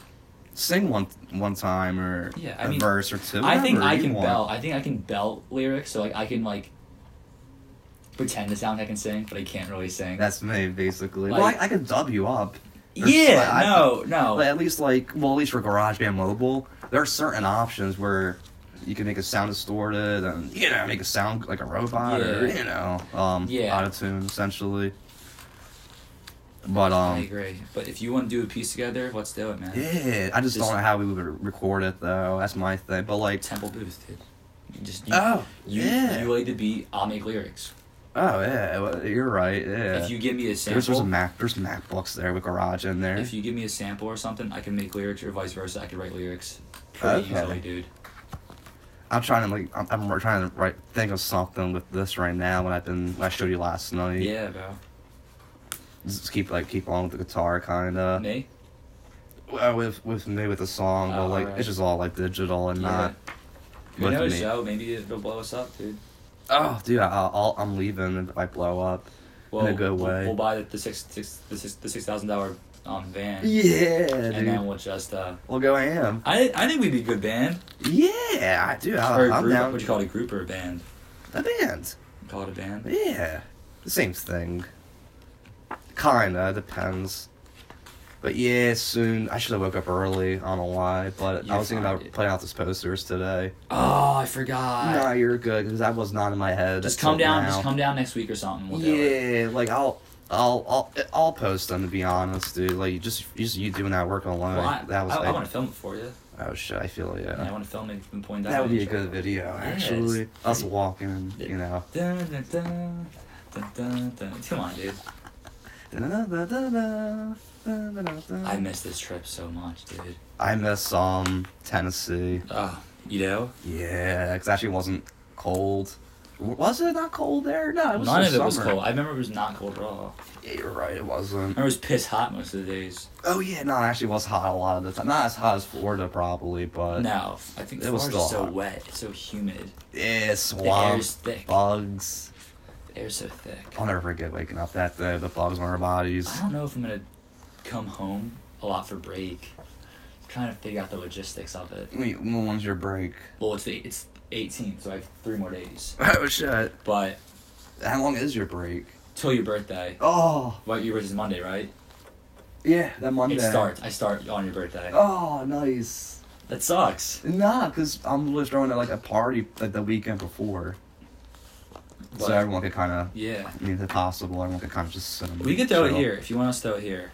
Speaker 3: sing one one time or
Speaker 2: Yeah, I
Speaker 3: a
Speaker 2: mean,
Speaker 3: verse or two.
Speaker 2: I think
Speaker 3: whatever
Speaker 2: I
Speaker 3: you
Speaker 2: can
Speaker 3: want.
Speaker 2: belt. I think I can belt lyrics. So like I can like pretend to sound like I can sing, but I can't really sing.
Speaker 3: That's me basically.
Speaker 2: Like-
Speaker 3: well, I, I can dub you up. There's-
Speaker 2: yeah.
Speaker 3: I-
Speaker 2: no. No.
Speaker 3: But at least like well, at least for GarageBand Mobile, there are certain options where you can make it sound distorted and you know make it sound like a robot or
Speaker 2: Yeah.
Speaker 3: you know um
Speaker 2: Yeah.
Speaker 3: out of tune essentially. But um.
Speaker 2: I agree. But if you want to do a piece together, let's do it, man.
Speaker 3: yeah, I just,
Speaker 2: Just-
Speaker 3: don't know how we would record it though. That's my thing. But like,
Speaker 2: Temple Booth, dude. You just you,
Speaker 3: oh
Speaker 2: you,
Speaker 3: yeah,
Speaker 2: you lay the beat. I'll make lyrics.
Speaker 3: oh yeah, well, you're right. Yeah,
Speaker 2: If you give me a
Speaker 3: There's, there's a
Speaker 2: sample,
Speaker 3: Mac. There's MacBooks there with Garage in there.
Speaker 2: if you give me a sample or something, I can make lyrics, or vice versa, I can write lyrics pretty
Speaker 3: Okay.
Speaker 2: easily, dude.
Speaker 3: I'm trying to like I'm, I'm trying to right think of something with this right now. When I've been when I showed you last night.
Speaker 2: Yeah, bro.
Speaker 3: Just keep like keep on with the guitar kind of.
Speaker 2: Me?
Speaker 3: Well, with with me with the song,
Speaker 2: Oh,
Speaker 3: but like
Speaker 2: alright.
Speaker 3: it's just all like digital and
Speaker 2: Yeah.
Speaker 3: not.
Speaker 2: Who
Speaker 3: with
Speaker 2: knows,
Speaker 3: me.
Speaker 2: Joe? Maybe it'll blow us up, dude.
Speaker 3: Oh, dude, I, I'll, I'm leaving if I blow up.
Speaker 2: Well,
Speaker 3: a good way.
Speaker 2: We'll, we'll buy the, the six six the six the six thousand dollar um van,
Speaker 3: Yeah,
Speaker 2: and
Speaker 3: dude.
Speaker 2: then we'll just uh.
Speaker 3: we'll go am.
Speaker 2: I I think we'd be a good band.
Speaker 3: Yeah, I do. I,
Speaker 2: or a
Speaker 3: Uh, I'm
Speaker 2: group.
Speaker 3: down.
Speaker 2: What do you call it? A group or a band?
Speaker 3: A band.
Speaker 2: Call it a band.
Speaker 3: Yeah, the same thing. Kinda depends. But yeah, soon. I should have woke up early. I don't know why, but I
Speaker 2: You're
Speaker 3: was thinking
Speaker 2: fine,
Speaker 3: about
Speaker 2: dude.
Speaker 3: putting out those posters today.
Speaker 2: Oh, I forgot.
Speaker 3: nah, you're good because that was not in my head.
Speaker 2: just
Speaker 3: until
Speaker 2: come down.
Speaker 3: now.
Speaker 2: Just come down next week or something. We'll do it.
Speaker 3: yeah, like I'll. I'll, I'll I'll post them to be honest, dude. Like you just just you doing that work alone.
Speaker 2: Well, I,
Speaker 3: that was
Speaker 2: I,
Speaker 3: like,
Speaker 2: I want to film it for you.
Speaker 3: oh shit, I feel you.
Speaker 2: I want to film it and point that.
Speaker 3: That would be a
Speaker 2: out.
Speaker 3: good video,
Speaker 2: it's
Speaker 3: actually. Us
Speaker 2: pretty-
Speaker 3: walking, you know.
Speaker 2: Dun, dun, dun, dun, dun, dun. Come on, dude. I
Speaker 3: I
Speaker 2: miss this trip so much, dude.
Speaker 3: miss um Tennessee.
Speaker 2: Oh, you know,
Speaker 3: Yeah, 'cause it actually wasn't cold. W- Was it not cold there? No, it was
Speaker 2: none of
Speaker 3: still
Speaker 2: it was
Speaker 3: summer.
Speaker 2: cold. I remember it was not cold at all.
Speaker 3: Yeah, you're right. It
Speaker 2: I
Speaker 3: wasn't.
Speaker 2: remember it was piss hot most of the days.
Speaker 3: Oh yeah, no, it actually was hot a lot of the time. Not as hot as Florida probably, but
Speaker 2: No, I think
Speaker 3: It was
Speaker 2: Florida's
Speaker 3: still
Speaker 2: so
Speaker 3: hot.
Speaker 2: wet, it's so humid.
Speaker 3: yeah,
Speaker 2: The
Speaker 3: swamp
Speaker 2: air's thick.
Speaker 3: bugs.
Speaker 2: The air's so thick.
Speaker 3: I'll never forget waking up that day. The bugs on our
Speaker 2: I
Speaker 3: bodies.
Speaker 2: don't know if I'm gonna come home a lot for break. trying to figure out the logistics of it.
Speaker 3: Wait, when when's your break?
Speaker 2: Well, it's the, it's 18, so I have three more days.
Speaker 3: Oh shit!
Speaker 2: But
Speaker 3: How long is your break?
Speaker 2: till your birthday.
Speaker 3: Oh.
Speaker 2: What your birthday's Monday, right?
Speaker 3: Yeah, that Monday.
Speaker 2: It starts. I start on your birthday.
Speaker 3: Oh, nice.
Speaker 2: That sucks.
Speaker 3: Nah, because I'm literally throwing at like a party like the weekend before.
Speaker 2: But-
Speaker 3: so everyone could kind of,
Speaker 2: Yeah.
Speaker 3: I mean, if possible, everyone could kind of just sit and
Speaker 2: We could throw it
Speaker 3: chill.
Speaker 2: here if you want us to throw it here.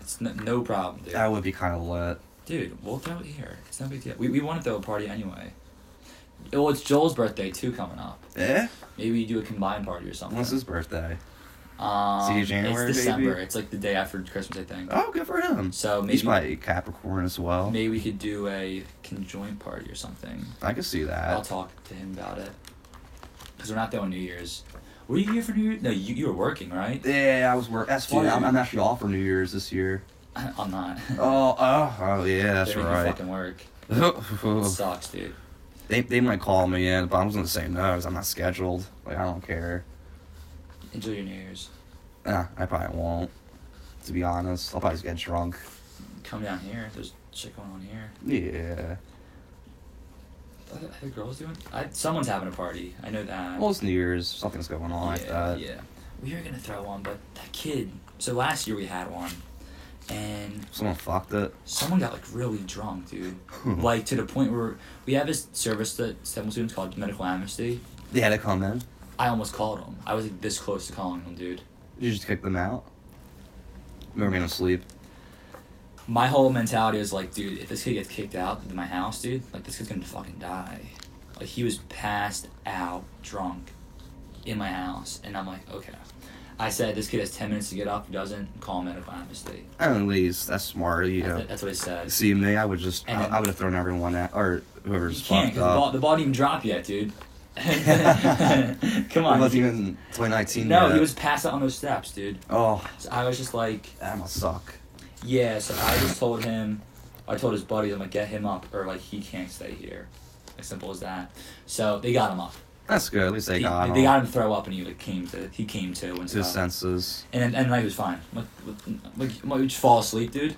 Speaker 2: It's no, no problem, dude.
Speaker 3: That would be kind of lit.
Speaker 2: Dude, we'll throw it here. It's no big deal. We, we want to throw a party anyway. Well, it's Joel's birthday too coming up.
Speaker 3: Yeah?
Speaker 2: Maybe we do a combined party or something.
Speaker 3: When's his birthday?
Speaker 2: Um,
Speaker 3: See you January,
Speaker 2: It's December.
Speaker 3: baby?
Speaker 2: It's like the day after Christmas, I think.
Speaker 3: Oh, good for him.
Speaker 2: So maybe
Speaker 3: He's probably Capricorn as well.
Speaker 2: maybe we could do a conjoint party or something.
Speaker 3: I could see
Speaker 2: I'll
Speaker 3: that.
Speaker 2: talk to him about it. Cause we're not throwing New Year's. Were you here for New Year's? No, you, you were working, right?
Speaker 3: Yeah, I was work. That's funny. I'm,
Speaker 2: Dude.
Speaker 3: I'm actually off for New Year's this year.
Speaker 2: I'm not.
Speaker 3: Oh, oh, oh yeah, that's
Speaker 2: Didn't even
Speaker 3: right.
Speaker 2: Fucking work. It sucks, dude.
Speaker 3: they, they might call me in, but I'm just gonna say no, 'cause I'm not scheduled. Like I don't care.
Speaker 2: Enjoy your New Year's.
Speaker 3: Nah, I probably won't. To be honest, I'll probably just get drunk.
Speaker 2: Come down here. There's shit going on here.
Speaker 3: Yeah.
Speaker 2: Are the- are the girls doing? I, someone's having a party. I know that.
Speaker 3: Well, it's New Year's. Something's going on like
Speaker 2: yeah,
Speaker 3: that.
Speaker 2: yeah. We were gonna throw one, but that kid. So last year we had one, and
Speaker 3: Someone fucked it.
Speaker 2: someone got like really drunk, dude. like to the point where we have this service that several students called Medical Amnesty.
Speaker 3: They had to come in.
Speaker 2: I almost called him. I was like, this close to calling him, dude.
Speaker 3: You just kick them out. Remember being asleep.
Speaker 2: My whole mentality was like, dude, if this kid gets kicked out of my house, dude, like this kid's gonna fucking die. Like he was passed out drunk in my house, and I'm like, okay. I said this kid has ten minutes to get up. If he doesn't, call medical amnesty.
Speaker 3: At least that's smart. You
Speaker 2: That's-
Speaker 3: know.
Speaker 2: That's what I said.
Speaker 3: See me, I would just,
Speaker 2: And
Speaker 3: I,
Speaker 2: then-
Speaker 3: I would have thrown everyone out or whoever's
Speaker 2: You can't because
Speaker 3: fucked
Speaker 2: the
Speaker 3: up.
Speaker 2: ball, the ball didn't even drop yet, dude. Come on.
Speaker 3: It wasn't even 2019
Speaker 2: no,
Speaker 3: yet.
Speaker 2: he was passed out on those steps, dude.
Speaker 3: Oh,
Speaker 2: So I was just like,
Speaker 3: that must suck.
Speaker 2: yeah. So I just told him, I told his buddies, I'm like, get him up, or like he can't stay here. As simple as that. So they got him up.
Speaker 3: That's good. At least they
Speaker 2: He-
Speaker 3: got
Speaker 2: they
Speaker 3: him
Speaker 2: got him to throw up, and he like came to. He came to and
Speaker 3: to his
Speaker 2: stuff.
Speaker 3: senses.
Speaker 2: And then, and like he was fine. Like, like, like, like you just fall asleep, dude.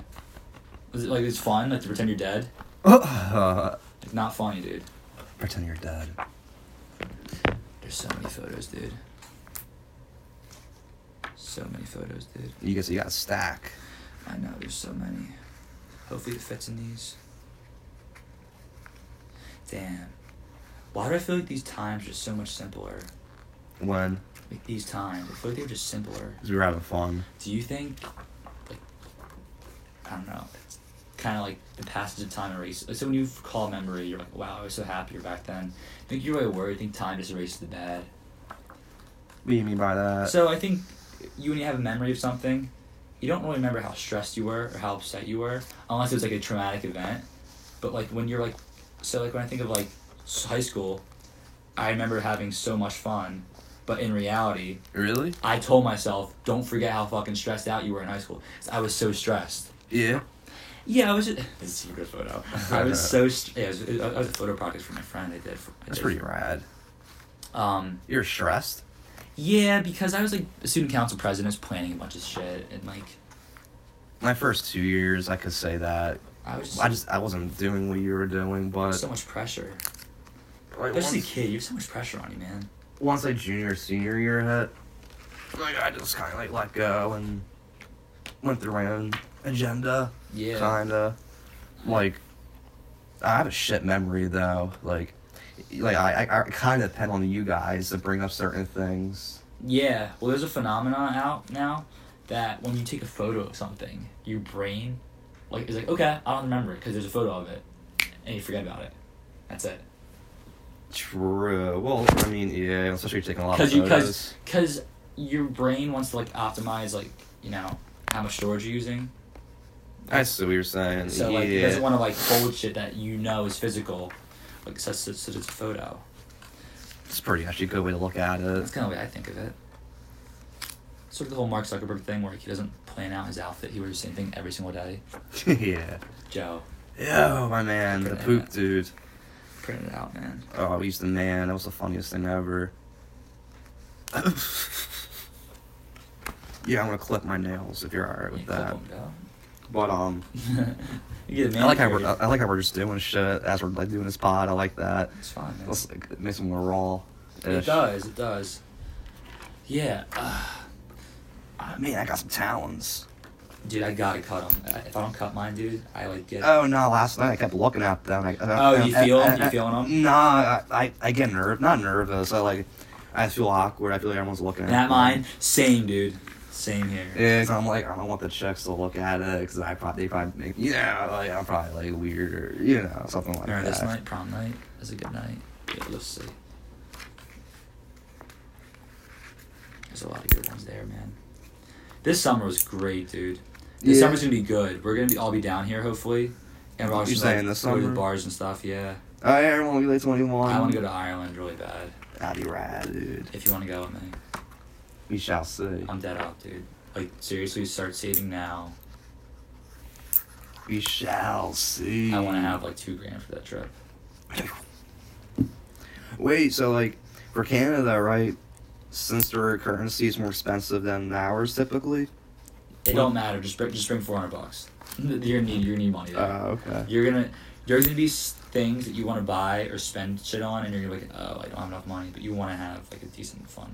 Speaker 2: Was it like it's fun? Like to pretend you're dead? Like not funny, dude.
Speaker 3: pretend you're dead.
Speaker 2: There's so many photos, dude. So many photos, dude.
Speaker 3: You guys, you got a stack.
Speaker 2: I know there's so many. Hopefully it fits in these. Damn. Why do I feel like these times are so much simpler?
Speaker 3: When?
Speaker 2: Like these times, I feel like they're just simpler.
Speaker 3: 'Cause we were having fun.
Speaker 2: Do you think, like, I don't know, kind of like the passage of time erases? Like, so when you call memory, you're like, wow, I was so happy back then. I think you're really worried. I think time just erases the bad.
Speaker 3: What do you mean by that?
Speaker 2: So I think you when you have a memory of something, you don't really remember how stressed you were or how upset you were, unless it was like a traumatic event. But like when you're like, so like when I think of like s- high school, I remember having so much fun, but in reality,
Speaker 3: Really?
Speaker 2: I told myself, don't forget how fucking stressed out you were in high school. 'Cause I was so stressed.
Speaker 3: Yeah.
Speaker 2: Yeah, I was. Just, this is a good photo. I was so. St- yeah, it was, it, I was a photo project for my friend. I did. For, I
Speaker 3: That's
Speaker 2: did.
Speaker 3: pretty rad.
Speaker 2: Um,
Speaker 3: You're stressed.
Speaker 2: yeah, because I was like a student council president, was planning a bunch of shit, and like
Speaker 3: My first two years, I could say that.
Speaker 2: I was just,
Speaker 3: I just I wasn't doing what you were doing, but
Speaker 2: so much pressure.
Speaker 3: like,
Speaker 2: Especially a
Speaker 3: once,
Speaker 2: kid, you have so much pressure on you, man.
Speaker 3: once like junior senior year hit, like I just kind of like let go and went through my own agenda,
Speaker 2: Yeah.
Speaker 3: kinda. Like I have a shit memory though. Like like I I, I kind of depend on you guys to bring up certain things.
Speaker 2: Yeah. Well, there's a phenomenon out now that when you take a photo of something, your brain, like, is like, okay, I don't remember it because there's a photo of it, and you forget about it. That's it.
Speaker 3: True. Well, I mean, yeah, especially taking a lot of
Speaker 2: Because you, because,
Speaker 3: photos.
Speaker 2: because your brain wants to like optimize, like, you know, how much storage you're using.
Speaker 3: I see what you're saying.
Speaker 2: So like, it
Speaker 3: yeah.
Speaker 2: doesn't want to like hold shit that you know is physical, like such such, such as a photo.
Speaker 3: It's pretty actually a good way to look at
Speaker 2: That's
Speaker 3: it.
Speaker 2: kind of the way I think of it. Sort of the whole Mark Zuckerberg thing where he doesn't plan out his outfit; he wears the same thing every single day.
Speaker 3: yeah.
Speaker 2: Joe,
Speaker 3: Yo, oh, my man, the poop dude.
Speaker 2: print it out, man.
Speaker 3: Oh, he's the man. That was the funniest thing ever. yeah, I'm gonna clip my nails if you're alright with
Speaker 2: Yeah,
Speaker 3: that.
Speaker 2: clip 'em,
Speaker 3: But um,
Speaker 2: Joe. you get a
Speaker 3: I like how
Speaker 2: manicure,
Speaker 3: we're, uh, I like how we're just doing shit as we're like doing this pod. I like that.
Speaker 2: It's fine, man.
Speaker 3: It's, like, it makes them more raw.
Speaker 2: It does. It does. Yeah, uh,
Speaker 3: I mean, Ah, I got some talons.
Speaker 2: dude, I gotta cut them. If I don't cut mine, dude, I like get.
Speaker 3: Oh no! Last night I kept looking at them. I, uh, I,
Speaker 2: Oh, you
Speaker 3: I,
Speaker 2: feel 'em?
Speaker 3: I,
Speaker 2: You
Speaker 3: I-
Speaker 2: feeling 'em?
Speaker 3: No, uh, I, I, I get nerve, not nervous. I like, I feel awkward. I feel like everyone's looking at
Speaker 2: Not
Speaker 3: me.
Speaker 2: mine. Same, dude. Same here.
Speaker 3: Yeah, 'cause I'm like, I don't want the chicks to look at it because I probably, they probably make, you know, like, I'm probably like weird or, you know, something like
Speaker 2: Remember
Speaker 3: that.
Speaker 2: this night, prom night? It was a good night. Yeah, let's see. There's a lot of good ones there, man. This summer was great, dude. This
Speaker 3: Yeah.
Speaker 2: summer's gonna be good. We're gonna be all be down here hopefully, and we're all
Speaker 3: You're
Speaker 2: just like,
Speaker 3: saying this
Speaker 2: go to the
Speaker 3: summer? Um,
Speaker 2: bars and stuff. Yeah,
Speaker 3: Oh, yeah, everyone will be like 21.
Speaker 2: I want to go to Ireland really bad.
Speaker 3: That'd be rad, dude.
Speaker 2: If you want to go with me,
Speaker 3: We shall see.
Speaker 2: I'm dead out, dude. Like seriously, start saving now.
Speaker 3: We shall see.
Speaker 2: I want to have like two grand for that trip.
Speaker 3: Wait, so, like, for Canada, right? Since their currency is more expensive than ours typically?
Speaker 2: It don't matter. Just bring, just bring four hundred bucks. You're gonna need you're gonna need money.
Speaker 3: Oh,
Speaker 2: There.
Speaker 3: okay.
Speaker 2: You're gonna there's gonna be s- things that you want to buy or spend shit on, and you're gonna be like, oh, I don't have enough money, but you want to have like a decent fun.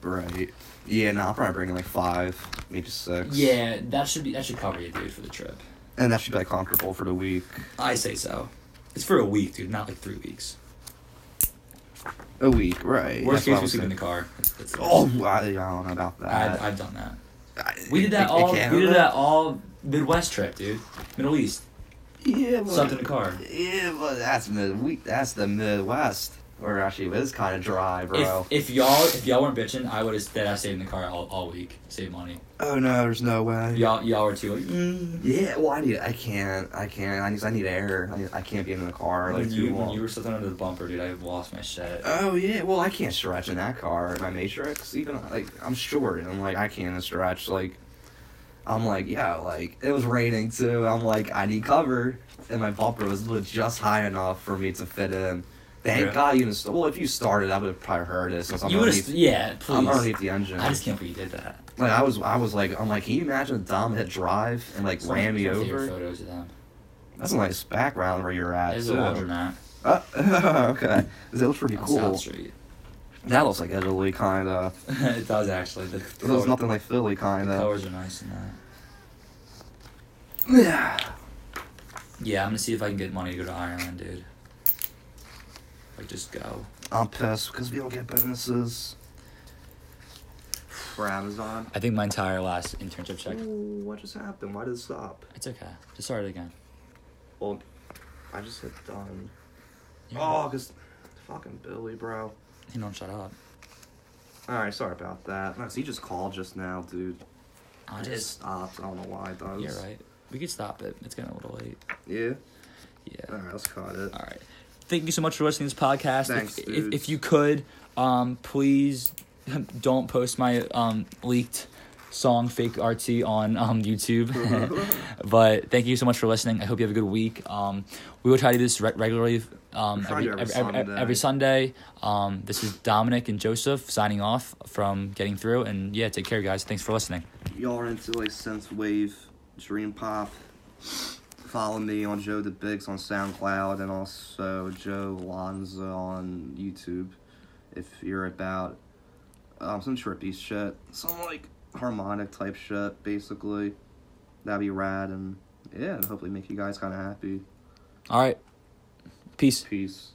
Speaker 3: Right. Yeah, no, I'm probably bringing like five, maybe six.
Speaker 2: Yeah, that should be that should cover you, dude, for the trip.
Speaker 3: And that should be like comfortable for the week.
Speaker 2: I say so. It's for a week, dude, not like three weeks.
Speaker 3: A week,
Speaker 2: Worst
Speaker 3: right. That's what I
Speaker 2: case, we
Speaker 3: was
Speaker 2: sleep in the
Speaker 3: thinking.
Speaker 2: car. That's, that's
Speaker 3: Oh, I, I don't know about that.
Speaker 2: I've, I've done that.
Speaker 3: I-
Speaker 2: We did that
Speaker 3: in- in
Speaker 2: all. We
Speaker 3: Canada?
Speaker 2: did that all Midwest trip, dude. Middle East.
Speaker 3: Yeah, but,
Speaker 2: Slept in the car.
Speaker 3: Yeah, but that's mid. We, that's the Midwest, or actually, it is kind of dry, bro.
Speaker 2: If, if y'all if y'all weren't bitching, I would have that I stayed in the car all, all week, save money.
Speaker 3: oh no, there's no way.
Speaker 2: Y'all y'all were too like, mm.
Speaker 3: Yeah, well, I need. I can't. I can't. I need. I need air. I, need, I can't be in the car like
Speaker 2: when you,
Speaker 3: too
Speaker 2: when
Speaker 3: long.
Speaker 2: you were sitting under the bumper, dude. I lost my shit.
Speaker 3: Oh yeah, well I can't stretch in that car. My Matrix, even like I'm short, and like I can't stretch. Like I'm like yeah, like it was raining too. I'm like I need cover, and my bumper was li- just high enough for me to fit in. Thank
Speaker 2: Yeah.
Speaker 3: God you didn't. St- well, if you started, I would have probably heard it since I'm
Speaker 2: you would have,
Speaker 3: underneath.
Speaker 2: yeah, please.
Speaker 3: I'm underneath the engine.
Speaker 2: I just can't believe you did that.
Speaker 3: like I was, I was like, I'm like, can you imagine a Dom hit drive and like
Speaker 2: Some of
Speaker 3: ram me
Speaker 2: my favorite
Speaker 3: over?
Speaker 2: Photos of them.
Speaker 3: That's a nice background where you're at.
Speaker 2: There's
Speaker 3: too.
Speaker 2: a laundromat
Speaker 3: Uh, okay, that looks pretty
Speaker 2: on
Speaker 3: cool.
Speaker 2: South Street.
Speaker 3: That looks like Italy, kind of.
Speaker 2: it does actually. The,
Speaker 3: It looks
Speaker 2: color-
Speaker 3: nothing like Philly,
Speaker 2: the
Speaker 3: kind of.
Speaker 2: colors are nice in that.
Speaker 3: Yeah.
Speaker 2: Yeah, I'm gonna see if I can get money to go to Ireland, dude. Like just go.
Speaker 3: I'm pissed because we don't get bonuses. For Amazon.
Speaker 2: I think my entire last internship check.
Speaker 3: Ooh, what just happened? Why did it stop?
Speaker 2: It's okay. Just start it again.
Speaker 3: Well, I just hit done.
Speaker 2: You
Speaker 3: Oh, because fucking Billy, bro.
Speaker 2: don't- you don't shut up.
Speaker 3: Alright, sorry about that. No, 'cause he just called just now, dude.
Speaker 2: I
Speaker 3: It
Speaker 2: just.
Speaker 3: stopped. I don't know why it does.
Speaker 2: You're right. We could stop it. It's getting a little late.
Speaker 3: Yeah?
Speaker 2: Yeah.
Speaker 3: Alright, let's cut it.
Speaker 2: All right. thank you so much for listening to this podcast.
Speaker 3: Thanks,
Speaker 2: if, if,
Speaker 3: dudes.
Speaker 2: if you could, um, please don't post my um, leaked song fake artsy on um, YouTube. but thank you so much for listening. I hope you have a good week. Um, we will try to do this re- regularly um,
Speaker 3: We're trying
Speaker 2: every,
Speaker 3: to
Speaker 2: every,
Speaker 3: do
Speaker 2: every,
Speaker 3: every
Speaker 2: every,
Speaker 3: Sunday.
Speaker 2: Sunday. Um, this is Dominic and Joseph signing off from getting through. And yeah, take care, guys. Thanks for listening.
Speaker 3: Y'all are into like synth wave, dream pop. Follow me on Joe the Bigs on SoundCloud and also Joe Lanza on YouTube. If you're about um, some trippy shit, some like harmonic type shit, basically, that'd be rad. And yeah, hopefully make you guys kind of happy.
Speaker 2: All right. Peace.
Speaker 3: Peace.